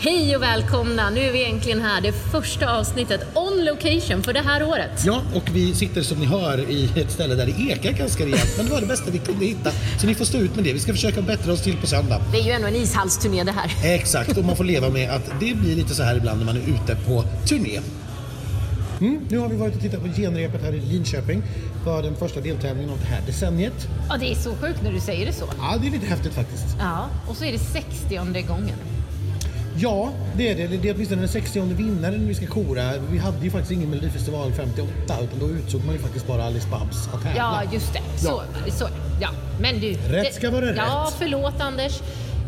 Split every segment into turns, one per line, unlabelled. Hej och välkomna! Nu är vi äntligen här. Det första avsnittet on location för det här året.
Ja, och vi sitter som ni hör i ett ställe där det ekar ganska rejält, men det var det bästa vi kunde hitta. Så ni får stå ut med det. Vi ska försöka bättra oss till på söndag.
Det är ju ändå en ishallsturné det här.
Exakt, och man får leva med att det blir lite så här ibland när man är ute på turné. Mm, nu har vi varit och tittat på genrepet här i Linköping för den första deltävlingen av det här decenniet.
Ja, det är så sjukt när du säger det så.
Ja, det är lite häftigt faktiskt.
Ja, och så är det 60 gången.
Ja, det är det. Det är åtminstone den 60 vinnaren vi ska kora. Vi hade ju faktiskt ingen Melodifestival 58 utan då utsåg man ju faktiskt bara Alice Babs att tävla.
Ja, just det. Så, så ja. Men du.
Rätt ska vara
det, Ja,
rätt.
förlåt Anders.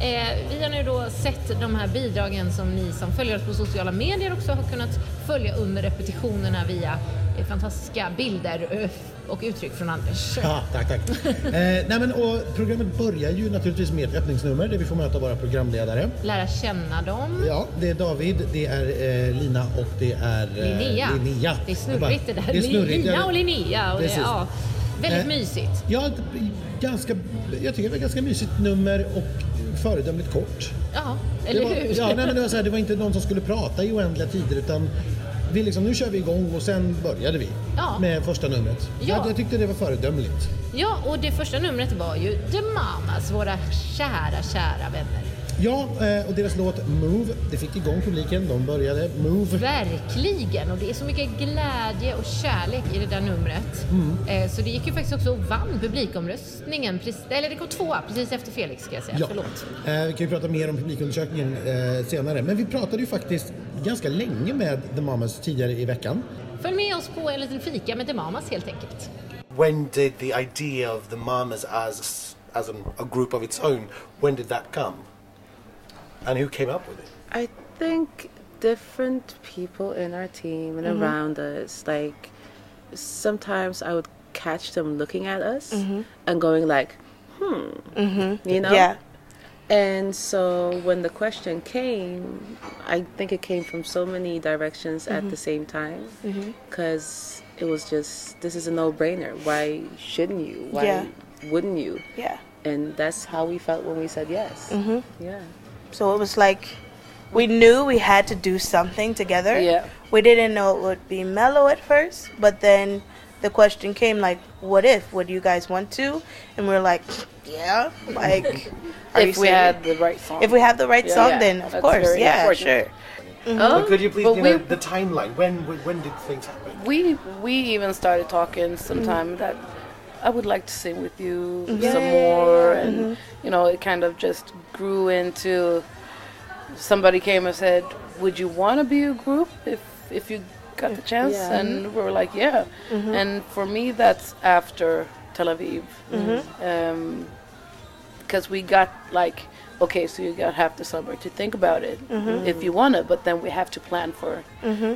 Eh, vi har nu då sett de här bidragen som ni som följer oss på sociala medier också har kunnat följa under repetitionerna via eh, fantastiska bilder eh, och uttryck från Anders.
Ja, tack, tack. eh, nej men, och programmet börjar ju naturligtvis med ett öppningsnummer där vi får möta våra programledare.
Lära känna dem.
Ja, det är David, det är eh, Lina och det är eh,
Linnea.
Linnea.
Det är
Jag bara-
snurrigt det där.
Det är snurrigt.
Lina
Jag-
och Linnea. Och det,
Precis.
ja, väldigt
Eh,
mysigt.
Ja, det- ganska, jag tycker det var ett ganska mysigt nummer och föredömligt kort.
Ja, eller
det var,
hur?
Ja, nej, men det, var så här, det var inte någon som skulle prata i oändliga tider utan vi liksom, nu kör vi igång och sen började vi
Ja.
med första numret.
Ja.
Jag, jag tyckte det var föredömligt.
Ja, och det första numret var ju The Mamas, våra kära, kära vänner.
Ja, eh, och deras låt Move, det fick igång publiken, de började Move.
Verkligen! Och det är så mycket glädje och kärlek i det där numret.
Mm.
Eh, så det gick ju faktiskt också och vann publikomröstningen. Precis, eller det kom tvåa precis efter Felix ska jag säga.
Ja.
Förlåt.
Eh, vi kan ju prata mer om publikundersökningen eh, senare, men vi pratade ju faktiskt ganska länge med The Mamas tidigare i veckan.
Följ med oss på en liten fika med The Mamas helt enkelt.
When did the idea of The Mamas as, as a group of its own, when did that come? And who came up with it?
I think different people in our team and
Mm-hmm.
around us, like sometimes I would catch them looking at us and going like, hmm, you know?
Mm-hmm. Yeah.
And so when the question came, I think it came from so many directions at the
Mm-hmm.
same time because it was just, this is a no brainer. Why shouldn't you? Why
Yeah.
wouldn't you?
Yeah. Mm-hmm.
And that's how we felt when we said yes. Yeah.
So it was like we knew we had to do something together.
Yeah.
We didn't know it would be mellow at first, but then the question came like, "What if? Would you guys want to?" And we are like, "Yeah." Like, are you
if we
serious?
had the right song.
if we have the right
Yeah.
song,
Yeah.
then of
That's
course,
very
yeah, sure.
important. Oh,
Could you please
but
give
we,
me the timeline? When, when when did things happen?
we we even started talking sometime that I would like to sing with you some more, and you know it kind of just grew into. Somebody came and said, "Would you want to be a group if if you got the chance?"
Yeah.
And we were like, "Yeah." And for me, that's after Tel Aviv. Um, because we got like okay so you got half the summer to think about it if you want to but then we have to plan for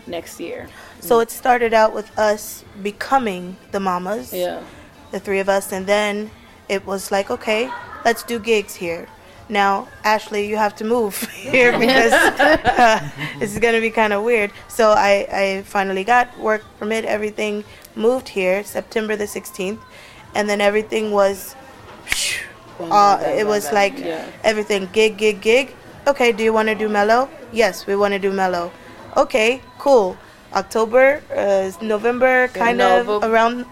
next year
So it started out with us becoming the mamas.
yeah
the three of us, and then it was like, okay, let's do gigs here. Now, Ashley, you have to move here because uh, this is gonna be kind of weird. So I, I finally got work permit, everything moved here September the 16th, and then everything was, uh, it was like
Yeah.
everything gig, gig, gig. Okay, do you want to do mellow? Yes, we want to do mellow. Okay, cool. October, uh, November, kind
Novo-
of around.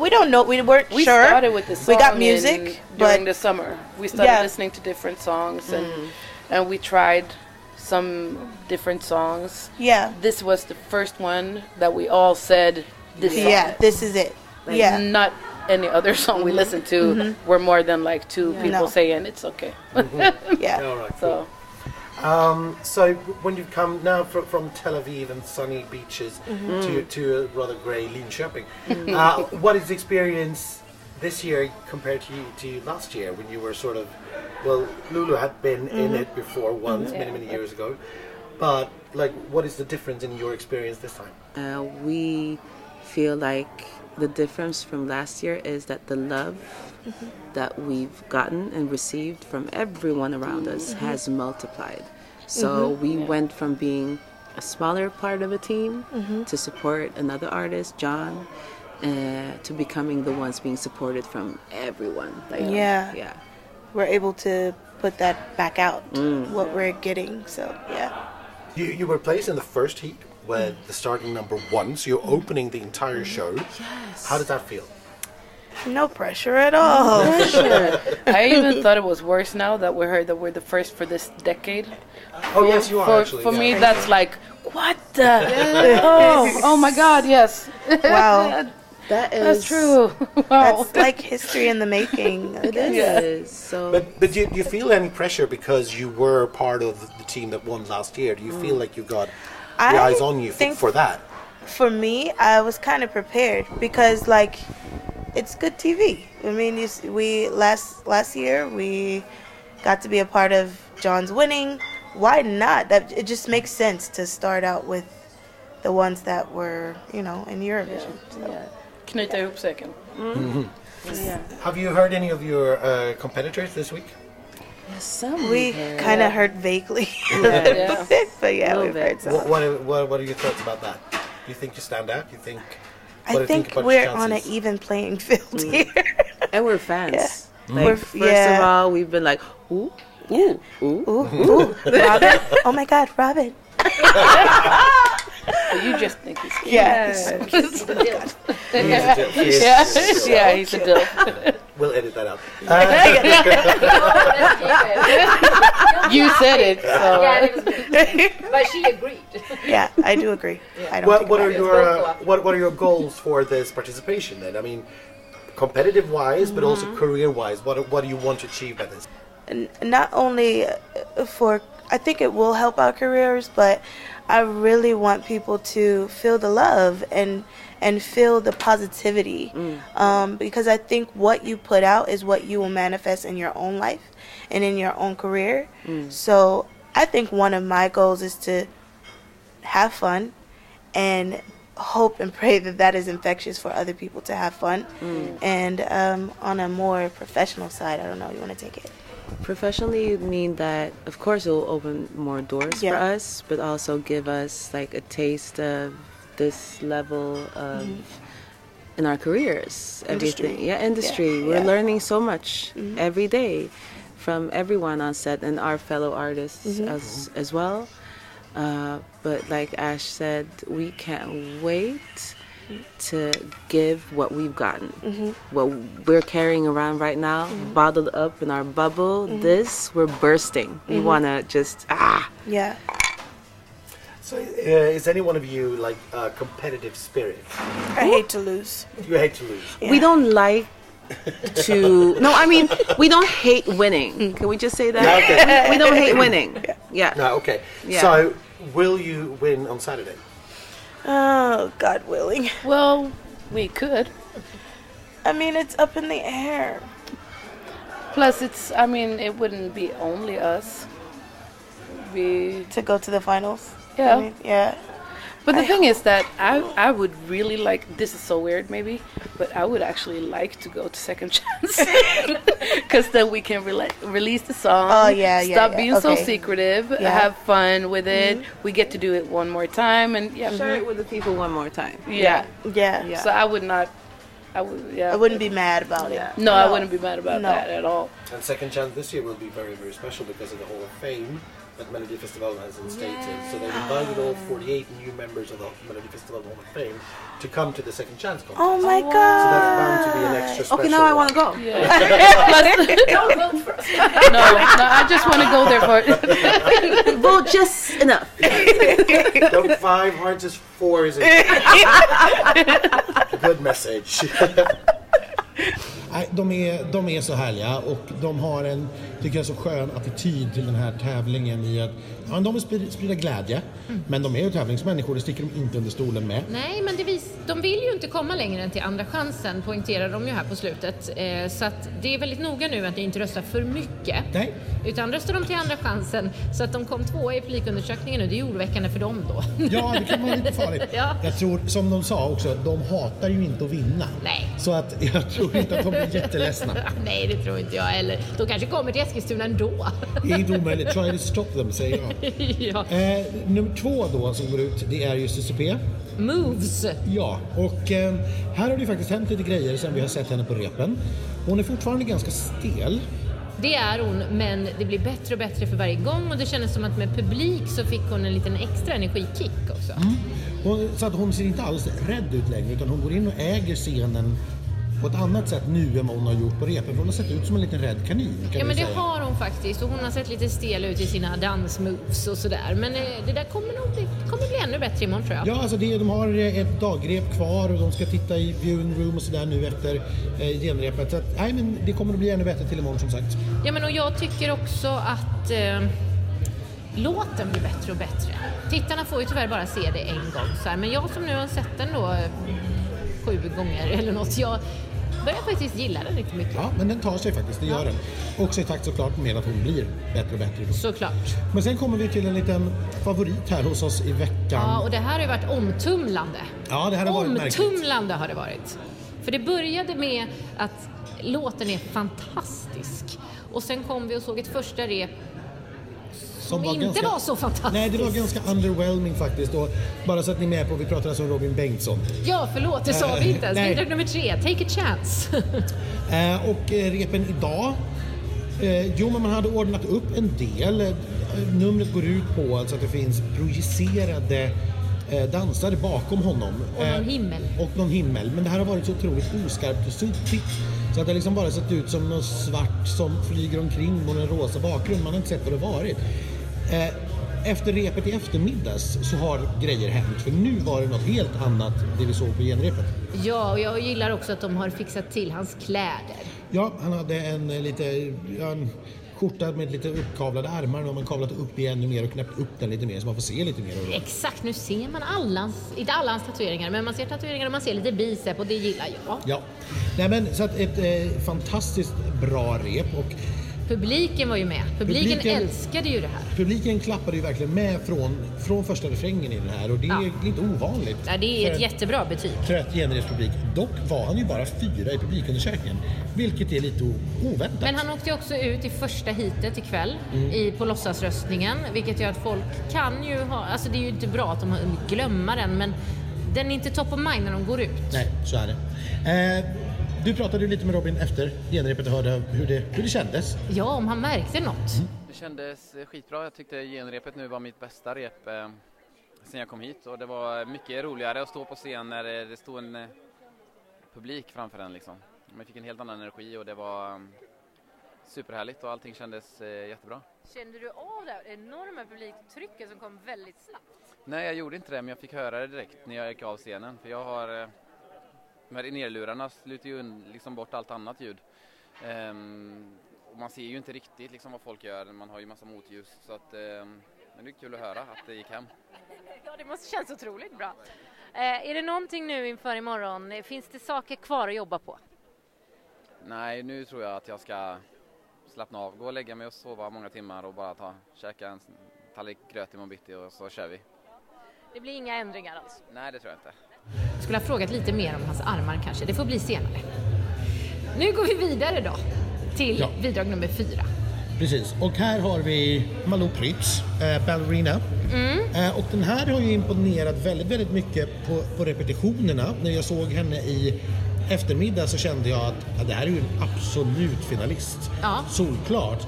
We don't know. We weren't
we
sure.
started with the song
We got
in-
music, but
during the summer we started
Yeah. Mm-hmm.
listening to different songs and and we tried some different songs
yeah,
this was the first one that we all said this song.
yeah, this is it. yeah, Mm-hmm.
not any other song we listened to were more than like two people
No.
saying it's okay
yeah.
All right.
so
So when you've come now from, from Tel Aviv and sunny beaches
Mm-hmm.
to to a rather grey Linköping,
Mm.
uh, what is the experience this year compared to to last year when you were sort of, well, Lulu had been
Mm-hmm.
in it before once many many years ago, but like what is the difference in your experience this time?
Uh, we feel like the difference from last year is that the love
Mm-hmm.
that we've gotten and received from everyone around us
Mm-hmm.
has multiplied. So we went from being a smaller part of a team
Mm-hmm.
to support another artist, John, uh, to becoming the ones being supported from everyone. Like,
Yeah.
Yeah.
We're able to put that back out, what we're getting. So, yeah.
You, you were placed in the first heat with
Mm.
the starting number one, so you're opening the entire show. Yes. How did that feel?
No pressure at all.
I even thought it was worse now that we heard that we're the first for this decade.
Oh, yes, you are
For,
actually.
for
yeah.
me, that's like, what the? oh, oh my God, yes.
wow.
That is
That's true. wow.
That's like history in the making. I
It
guess.
is. So
But but do, do you feel any pressure because you were part of the team that won last year? Do you feel like you got the
I
eyes on you for,
think-
for that?
for me, I was kind of prepared because like it's good TV. I mean, you, s- we last last year we got to be a part of John's winning. Why not? That it just makes sense to start out with the ones that were, you know, in Eurovision. So.
Yeah. Knyta ihop säcken.
Have you heard any of your uh, competitors this week?
some
We
here-
kind of heard vaguely,
yeah.
but yeah,
Little
we've
bit.
heard some.
What, what, are- what, what are your thoughts about that? Do you think you stand out? Do you think? what do
I
you
think
about your
we're on e- an
chances? Mm.
even playing field here.
and we're fans. Like,
We're-
first of
yeah.
all, we've been like, ooh, ooh, ooh.
Ooh, ooh, Robin! Oh my God, Robin!
But you just think he's cute.
Yeah, he's so
Yes,
Yeah,
yes, yes.
yeah, he's a dope.
We'll edit that out. Uh,
You said it, so.
But she agreed.
Yeah, I do agree. I don't
What,
think
what
about
are
it.
your uh, what, what are your goals for this participation then? I mean, competitive wise, but also
Mm-hmm.
career wise. What do- what do you want to achieve by this?
N- not only uh, for I think it will help our careers, but I really want people to feel the love and and feel the positivity um, because I think what you put out is what you will manifest in your own life and in your own career. So I think one of my goals is to have fun and hope and pray that that is infectious for other people to have fun and um, on a more professional side i don't know you want to take it
Professionally, you mean that, of course, it will open more doors for
Yeah.
us, but also give us like a taste of this level of
Mm-hmm.
in our careers, everything.
Industry.
Yeah, Mm-hmm. industry.
Yeah,
We're
yeah.
learning so much every day from everyone on set and our fellow artists as as well. Uh, but like Ash said, we can't wait to give what we've gotten, what we're carrying around right now, bottled up in our bubble. This, we're bursting. We want to just, ah,
Yeah.
So, uh, is any one of you like uh, competitive spirit?
I hate to lose.
You hate to lose.
we don't like to, no, I mean, we don't hate winning. Can we just say that?
Okay.
We don't hate winning. Mm. Yeah.
No, okay.
Yeah.
So, will you win on Saturday?
Oh, God willing.
Well, we could.
I mean, it's up in the air.
Plus, it's, I mean, it wouldn't be only us. We,
To go to the finals.
Yeah.
I mean, yeah.
but the thing is that I, I would really like, this is so weird maybe, but I would actually like to go to Second Chance. Because then we can rela- release the song.
Oh, yeah, yeah,
Stop
yeah,
being so
okay.
secretive,
Yeah. Mm-hmm.
have fun with it. We get to do it one more time, and yeah.
Share it with the people one more time.
Yeah.
Yeah.
Yeah.
So I would not. I would. Yeah.
I wouldn't be mad about it.
No, I wouldn't be mad about
No.
that at all.
And second chance this year will be very, very special because of the Hall of Fame that Melody Festival has instated. So they've invited all 48 new members of the Melody Festival Hall of Fame to come to the second chance concert.
Oh, my
So
God.
that's bound to be an extra special.
Okay, now I
one.
want to go.
No, no, I just want to go there for.
Well, just enough.
Don't five hearts is four, is it? Good message.
Nej, de, är, de är så härliga och de har en, tycker jag, så skön attityd till den här tävlingen i att ja, men de vill sprida, sprida glädje,
Mm.
men de är ju tävlingsmänniskor, det sticker de inte under stolen med.
Nej, men det vis- de vill ju inte komma längre än till andra chansen, poängterar de ju här på slutet. Eh, så att det är väldigt noga nu att ni inte röstar för mycket.
Nej.
Utan röstar de till andra chansen, så att de kom tvåa i publikundersökningen nu, det är ju oroväckande för dem då.
Ja, det kan vara lite farligt.
Ja.
Jag tror, som de sa också, de hatar ju inte att vinna.
Nej.
Så att jag tror inte att de blir jätteledsna.
Nej, det tror inte jag heller. De kanske kommer till Eskilstuna ändå.
Det är inte omöjligt. Try to stop them, säger jag.
ja.
Eh, nummer två då som går ut, det är ju CCP.
Moves!
Ja, och eh, här har det ju faktiskt hänt lite grejer sen vi har sett henne på repen. Hon är fortfarande ganska stel.
Det är hon, men det blir bättre och bättre för varje gång och det kändes som att med publik så fick hon en liten extra energikick också.
Hon, så att hon ser inte alls rädd ut längre utan hon går in och äger scenen på ett annat sätt nu än vad hon har gjort på repen. För hon har sett ut som en liten rädd kanin
Ja
kan vi
men det
säga.
har hon faktiskt och hon har sett lite stel ut i sina dansmoves och sådär. Men eh, det där kommer nog bli, kommer bli ännu bättre imorgon tror jag.
Ja, alltså det, de har eh, ett dagrep kvar och de ska titta i viewing room och sådär nu efter eh, genrepet. Så att, nej, men det kommer att bli ännu bättre till imorgon som sagt.
Ja, men och jag tycker också att eh, låten blir bättre och bättre. Tittarna får ju tyvärr bara se det en gång, så här. men jag som nu har sett den då eh, sju gånger eller något, jag börjar faktiskt gilla den riktigt mycket.
Ja, men den tar sig faktiskt, det gör den. Också i takt såklart med att hon blir bättre och bättre.
Såklart.
Men sen kommer vi till en liten favorit här hos oss i veckan.
Ja, och det här har ju varit omtumlande.
Ja, det här har varit märkligt.
Omtumlande har det varit. För det började med att låten är fantastisk. Och sen kom vi och såg ett första rep som inte var så fantastiskt.
Nej, det var ganska underwhelming faktiskt. Och bara så att ni är med på, vi pratar alltså om Robin Bengtsson.
Ja, förlåt, det sa vi inte ens.
Nej.
Bidrag nummer tre, Take a chance.
Eh, och eh, repen idag? Eh, jo, men man hade ordnat upp en del. Eh, numret går ut på alltså att det finns projicerade eh, dansare bakom honom. Eh,
Och någon himmel.
Och någon himmel. Men det här har varit så otroligt oskarpt och suddigt. Så att det har liksom bara sett ut som något svart som flyger omkring mot en rosa bakgrund. Man har inte sett vad det har varit. Eh, efter repet i eftermiddags så har grejer hänt. För nu var det något helt annat det vi såg på genrepet.
ja, och jag gillar också att de har fixat till hans kläder.
Ja, han hade en eh, lite, ja, en skjorta med lite uppkavlade ärmar. Nu har man kavlat upp det ännu mer och knäppt upp den lite mer så man får se lite mer. av det.
Exakt, nu ser man alla hans, inte alla hans tatueringar, men man ser tatueringar och man ser lite bicep och det gillar jag.
Ja, nej men så att ett eh, fantastiskt bra rep och
Publiken var ju med. Publiken,
Publiken-
älskade ju det här.
publiken klappade ju verkligen med från, från första refrängen i den här och det är inte ovanligt.
Ja, det är ett
för en
jättebra betyg.
Trött genrepspublik. Dock var han ju bara fyra i publikundersökningen, vilket är lite o- oväntat.
Men han åkte ju också ut i första heatet ikväll i, på låtsasröstningen, vilket gör att folk kan ju ha, alltså det är ju inte bra att de har- glömmer den, men den är inte top of mind när de går ut.
Nej, så är det. Eh, du pratade ju lite med Robin efter genrepet och hörde hur det, hur det kändes.
Ja, om han märkte något.
Det kändes eh, skitbra. Jag tyckte genrepet nu var mitt bästa rep eh, sen jag kom hit och det var mycket roligare att stå på scen när det, det stod en eh, publik framför en liksom. Man fick en helt annan energi och det var eh, superhärligt och allting kändes eh, jättebra.
Kände du av det här enorma publiktrycket som kom väldigt snabbt?
Nej, jag gjorde inte det, men jag fick höra det direkt när jag gick av scenen. För jag har... eh, De här innerlurarna sluter ju un- liksom bort allt annat ljud. Ehm, och man ser ju inte riktigt liksom vad folk gör, man har ju massa motljus. Så att, ehm, men det är kul att höra att det gick hem.
Ja, det måste känns otroligt bra. Eh, är det någonting nu inför imorgon? Eh, Finns det saker kvar att jobba på?
Nej, nu tror jag att jag ska slappna av, gå och lägga mig och sova många timmar och bara ta, käka en tallrik gröt imorgon bitti och så kör vi.
Det blir inga ändringar alls.
Nej, det tror jag inte.
Skulle ha frågat lite mer om hans armar kanske. Det får bli senare. Nu går vi vidare då till
Ja.
bidrag nummer fyra.
Precis, och här har vi Malou Prytz, eh, ballerina. Eh, och den här har ju imponerat väldigt, väldigt mycket på, på repetitionerna. När jag såg henne i eftermiddag så kände jag att ja, det här är ju en absolut finalist.
Ja.
Solklart.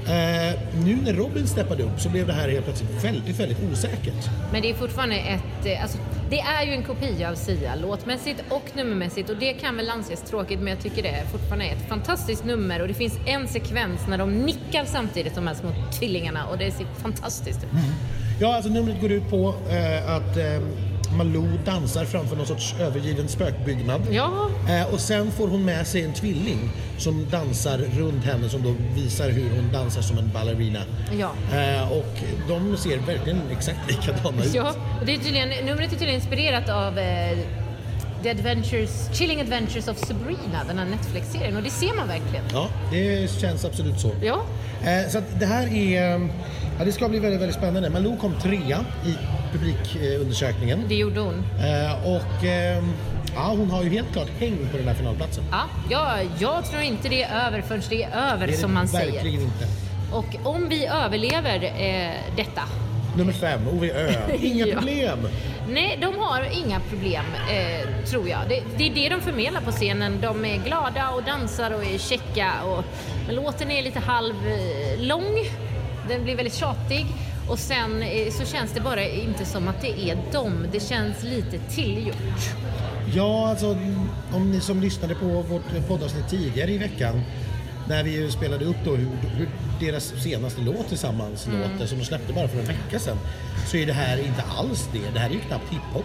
Eh, nu när Robin steppade upp så blev det här helt plötsligt väldigt, väldigt osäkert.
Men det är fortfarande ett... eh, Alltså, det är ju en kopia av Sia, låtmässigt och nummermässigt. Och det kan väl anses tråkigt, men jag tycker det fortfarande är ett fantastiskt nummer. Och det finns en sekvens när de nickar samtidigt, de här små tvillingarna. Och det ser fantastiskt ut.
Ja, alltså numret går ut på eh, att eh, Malou dansar framför någon sorts övergiven spökbyggnad.
Ja,
Eh, och sen får hon med sig en tvilling som dansar runt henne som då visar hur hon dansar som en ballerina.
Ja.
Eh, och de ser verkligen exakt likadana ut.
Ja, och det är tydligen, numret är tydligen inspirerat av eh, The Adventures, Chilling Adventures of Sabrina, den här Netflix-serien. Och det ser man verkligen.
Ja, det känns absolut så.
Ja,
Eh, så att det här är... eh, Ja, det ska bli väldigt, väldigt spännande. Malou kom trea i publikundersökningen.
det gjorde hon.
Eh, och eh, ja, hon har ju helt klart häng på den här finalplatsen.
Ja, jag, jag tror inte det är över förrän det är över,
Det är
som
det
man
verkligen
säger.
inte.
Och om vi överlever eh, detta,
Nummer fem, OVÖ. Inga
Ja.
problem!
Nej, de har inga problem, eh, tror jag. Det, det är det de förmedlar på scenen. De är glada och dansar och är käcka. Och, men låten är lite halvlång. Den blir väldigt tjatig. Och sen eh, så känns det bara inte som att det är dem. Det känns lite tillgjort.
Ja, alltså om ni som lyssnade på vårt poddavsnitt tidigare i veckan när vi ju spelade upp då hur, hur deras senaste låt tillsammans
Mm.
låter som de släppte bara för en vecka sedan så är det här inte alls det. Det här är ju knappt hiphop.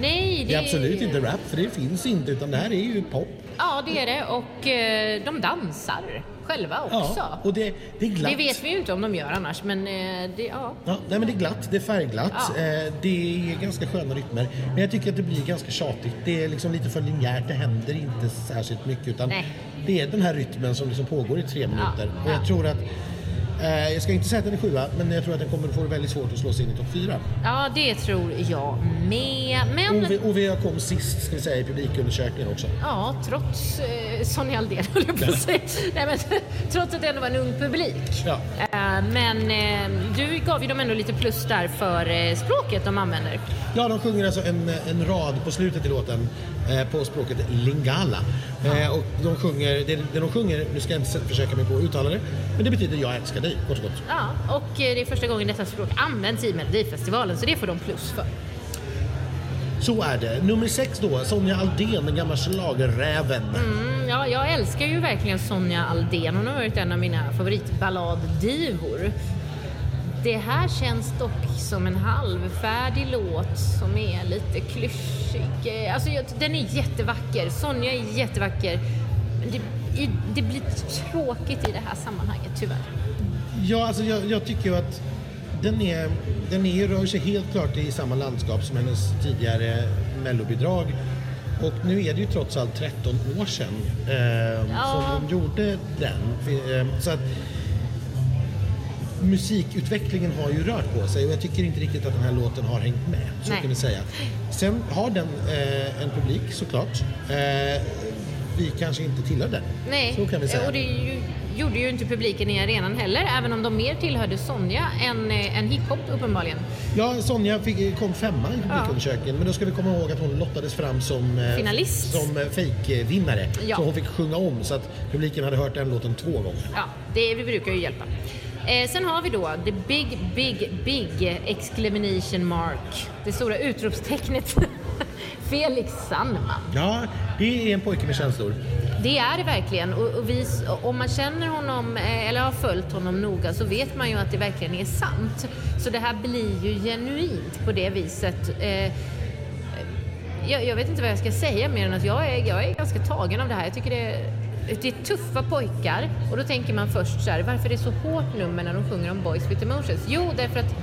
Nej,
Det är absolut
ju-
inte rap för det finns inte utan det här är ju pop.
Ja, det är det. Och eh, de dansar själva också.
Ja, och det, det är glatt.
det vet vi ju inte om de gör annars, men eh, det, ja.
Ja, nej men det är glatt, det är färgglatt,
Ja.
eh, det är ganska sköna rytmer. Men jag tycker att det blir ganska tjatigt. Det är liksom lite för linjärt, det händer inte särskilt mycket. Utan
Nej.
det är den här rytmen som liksom pågår i tre minuter.
Ja,
Och jag
ja.
tror att, eh, jag ska inte säga att den är sjua, men jag tror att den kommer få det väldigt svårt att slå sig in i topp fyra.
Ja, det tror jag med. Men
OV, OVA kom sist ska vi säga i publikundersökningen också.
ja, trots eh, Sonja Aldén höll jag på att säga. Nej, men, trots att det ändå var en ung publik.
Ja.
Eh, men eh, du gav ju dem ändå lite plus där för eh, språket de använder.
Ja, de sjunger alltså en, en rad på slutet i låten eh, på språket lingala. Eh, och de sjunger, det, det de sjunger, nu ska jag inte se- försöka mig på att uttala det, men det betyder jag älskar dig, kort och gott.
Ja, och eh, det är första gången detta språk används i Melodifestivalen, så det får de plus för.
Så är det. Nummer sex då, Sonja Aldén, den gamla schlagerräven.
Mm, ja, jag älskar ju verkligen Sonja Aldén. Hon har varit en av mina favoritballaddivor. Det här känns dock som en halvfärdig låt som är lite klyschig. Eh, Alltså, jag- den är jättevacker. Sonja är jättevacker. Men det, i, det blir tråkigt i det här sammanhanget, tyvärr.
Ja, alltså jag, jag tycker ju att den, är, den är, rör sig helt klart i samma landskap som hennes tidigare mellobidrag. Och nu är det ju trots allt 13 år sedan eh,
Ja.
som de gjorde den. Eh, så att musikutvecklingen har ju rört på sig och jag tycker inte riktigt att den här låten har hängt med. Så
Nej.
kan vi säga. Sen har den eh, en publik såklart. Eh, vi kanske inte tillhör den.
Nej,
Så kan vi säga.
och det ju, gjorde ju inte publiken i arenan heller, även om de mer tillhörde Sonja än, eh, än hiphop uppenbarligen.
Ja, Sonja fick, kom femma i publikundersökningen men då ska vi komma ihåg att hon lottades fram som eh,
Finalist.
Som eh, fejkvinnare.
Ja.
Så hon fick sjunga om så att publiken hade hört den låten två gånger.
Ja, det brukar ju hjälpa. Eh, sen har vi då the big, big, big exclamation mark. Det stora utropstecknet. Felix Sandman.
Ja, det är en pojke med känslor.
Det är det verkligen. Och, och vi, om man känner honom eh, eller har följt honom noga så vet man ju att det verkligen är sant. Så det här blir ju genuint på det viset. Eh, jag, jag vet inte vad jag ska säga mer än att jag är, jag är ganska tagen av det här. Jag tycker det är, det är tuffa pojkar och då tänker man först så här, varför är det så hårt nummer när de sjunger om boys with emotions? Jo, därför att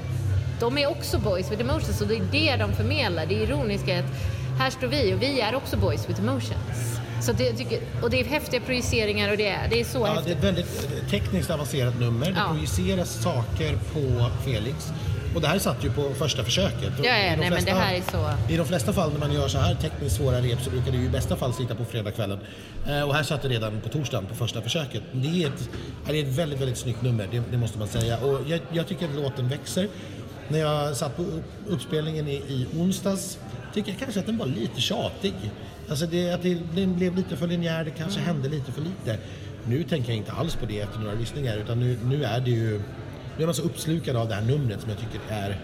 de är också boys with emotions och det är det de förmedlar. Det ironiska är att här står vi och vi är också boys with emotions. Så det, jag tycker, och det är häftiga projiceringar och det är, det är så
Ja,
häftigt.
det är ett väldigt eh, tekniskt avancerat nummer. Det
Ja.
projiceras saker på Felix. Och det här satt ju på första försöket. Och
Ja, ja,
i de
nej, men det här är så-
I de flesta fall när man gör så här tekniskt svåra rep så brukar det ju i bästa fall sitta på fredagskvällen. Eh, och här satt det redan på torsdagen på första försöket. Det är ett, ja, det är ett väldigt, väldigt snyggt nummer, det, det måste man säga. Och jag, jag tycker att låten växer. När jag satt på upp- uppspelningen i, i onsdags tycker jag kanske att den var lite tjatig. Alltså det, att det, den blev lite för linjär, det kanske
Mm.
hände lite för lite. Nu tänker jag inte alls på det efter några lyssningar utan nu, nu är det ju... Nu är man så uppslukad av det här numret som jag tycker är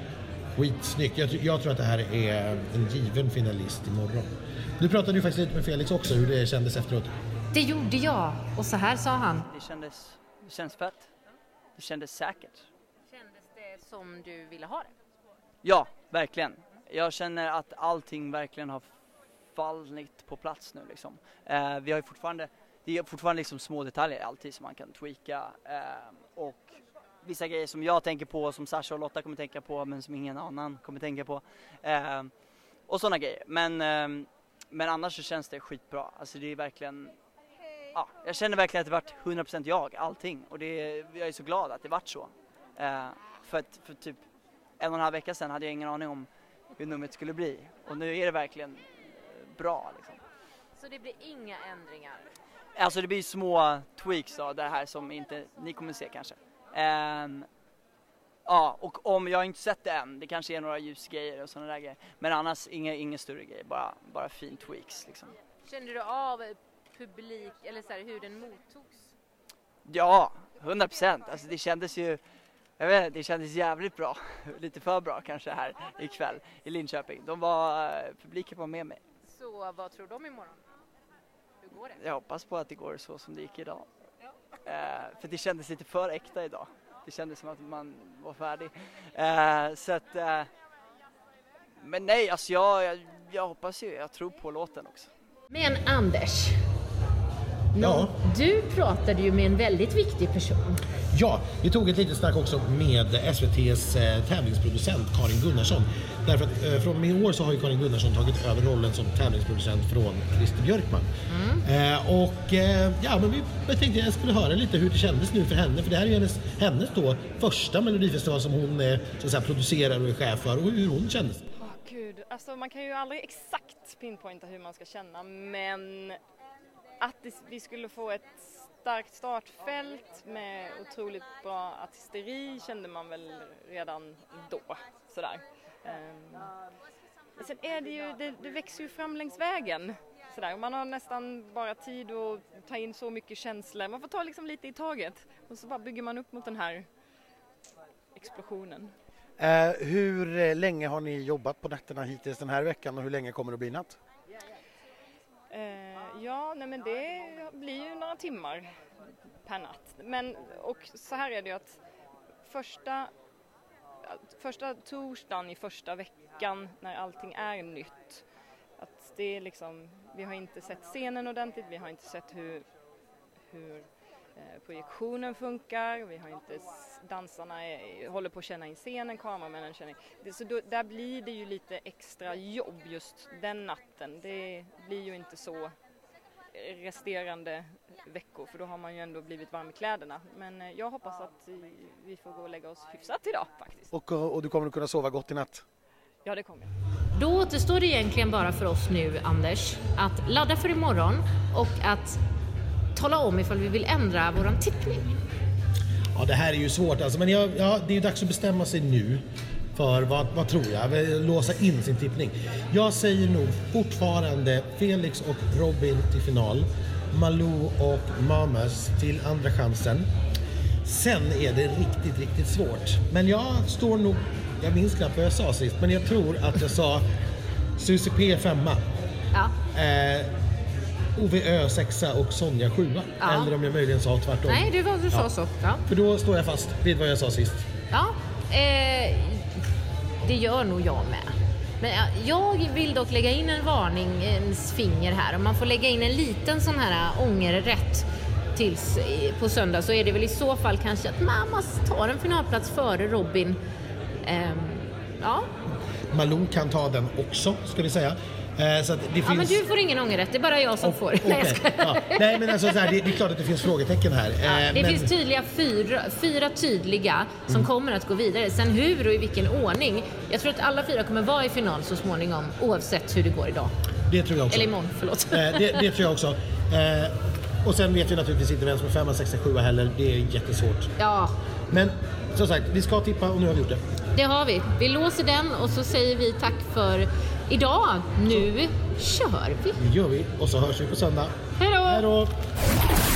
Skitsnyggt. Jag, tr- jag tror att det här är en given finalist imorgon. Du pratade ju faktiskt lite med Felix också, hur det kändes efteråt.
Det gjorde jag och så här sa han.
Det kändes, det kändes fett. Det kändes säkert.
Kändes det som du ville ha det?
Ja, verkligen. Jag känner att allting verkligen har fallit på plats nu liksom. Eh, vi har ju fortfarande, det är fortfarande liksom små detaljer alltid som man kan tweaka eh, och vissa grejer som jag tänker på, som Sasha och Lotta kommer tänka på men som ingen annan kommer tänka på. Eh, och sådana grejer. Men, ehm, men annars så känns det skitbra. Alltså det är verkligen Ja, jag känner verkligen att det vart 100% jag, allting. Och det, jag är så glad att det vart så. Eh, för att för typ en och en halv vecka sedan hade jag ingen aning om hur numret skulle bli. Och nu är det verkligen eh, bra liksom.
Så det blir inga ändringar?
Alltså det blir små tweaks av det här som inte ni kommer se kanske. Ehm, Ja, och om jag har inte sett det än, det kanske är några ljusgrejer och sådana där grejer. Men annars inga, inga större grejer, bara, bara fin tweaks liksom.
Kände du av publik, eller så här, hur den mottogs?
Ja, 100 procent. Alltså det kändes ju, jag vet inte, det kändes jävligt bra. Lite för bra kanske här ikväll i Linköping. De var, eh, publiken var med mig.
Så vad tror de imorgon? Hur går det?
Jag hoppas på att det går så som det gick idag. Eh, för det kändes lite för äkta idag. Det kändes som att man var färdig. Eh, så att, eh, men nej, alltså jag, jag, jag hoppas ju, jag tror på låten också.
Men Anders,
Ja.
du pratade ju med en väldigt viktig person.
Ja, vi tog ett litet snack också med SVTs eh, tävlingsproducent Karin Gunnarsson. Därför att eh, från och med i år så har ju Karin Gunnarsson tagit över rollen som tävlingsproducent från Christer Björkman. Eh, och eh, ja, men vi jag tänkte jag skulle höra lite hur det kändes nu för henne. För det här är ju hennes, hennes då första melodifestival som hon eh, så att säga, producerar och är chef för och hur hon kändes.
Åh gud, alltså man kan ju aldrig exakt pinpointa hur man ska känna men att det, vi skulle få ett starkt startfält med otroligt bra artisteri kände man väl redan då. Sådär. Ehm, men sen är det ju, det, det växer ju fram längs vägen. Sådär. Man har nästan bara tid att ta in så mycket känslor. Man får ta liksom lite i taget och så bara bygger man upp mot den här explosionen.
Eh, hur eh, länge har ni jobbat på nätterna hittills den här veckan och hur länge kommer det att bli natt?
Eh, ja, nej men det blir ju några timmar per natt. Men, och så här är det ju att första, att första torsdagen i första veckan när allting är nytt, att det är liksom, vi har inte sett scenen ordentligt, vi har inte sett hur, hur eh, projektionen funkar, vi har inte, s- dansarna är, håller på att känna in scenen, kameramännen känner in. Det, så då, där blir det ju lite extra jobb just den natten. Det blir ju inte så resterande veckor för då har man ju ändå blivit varm i kläderna. Men eh, jag hoppas att eh, vi får gå och lägga oss hyfsat idag faktiskt.
Och, eh, och du kommer att kunna sova gott i natt?
Ja, det kommer jag.
Då återstår det egentligen bara för oss nu, Anders, att ladda för imorgon och att tala om ifall vi vill ändra våran tippning.
Ja, det här är ju svårt alltså. Men jag, ja, det är ju dags att bestämma sig nu för vad, vad tror jag? Låsa in sin tippning. Jag säger nog fortfarande Felix och Robin till final. Malou och Mamas till andra chansen. Sen är det riktigt, riktigt svårt. Men jag står nog... Jag minns knappt vad jag sa sist, men jag tror att jag sa Susie P femma.
Ja.
Eh, OVÖ sexa och Sonja sjua.
Ja.
Eller om jag möjligen sa tvärtom.
Nej, det var du sa
Ja.
så. Ja.
För då står jag fast vid vad jag sa sist.
ja. Eh, det gör nog jag med. Men ja, jag vill dock lägga in en varningens finger här. Om man får lägga in en liten sån här ångerrätt tills i- på söndag så är det väl i så fall kanske att mamma tar en finalplats före Robin. Ehm, ja,
Malou kan ta den också, ska vi säga. Eh, så att det
Ja, men
finns...
du får ingen ångerrätt, det är bara jag som får. Nej, jag
Okej,
skojar.
ja. Nej, men alltså, så här, det, det är klart att det finns frågetecken här.
Ja, det
Eh, men... Mm.
finns tydliga fyra, fyra tydliga som kommer att gå vidare. Sen hur och i vilken ordning. Jag tror att alla fyra kommer vara i final så småningom oavsett hur det går idag.
Det tror jag också.
Eller imorgon, förlåt.
Eh, det, det tror jag också. Eh, och sen vet vi naturligtvis inte vem som är femma, sexa, sjua heller. Det är jättesvårt.
Ja,
Men som sagt, vi ska tippa och nu har vi gjort det.
det har vi. Vi låser den och så säger vi tack för idag. Nu kör vi.
Det gör vi och så hörs vi på söndag.
Hej då!
Hej då!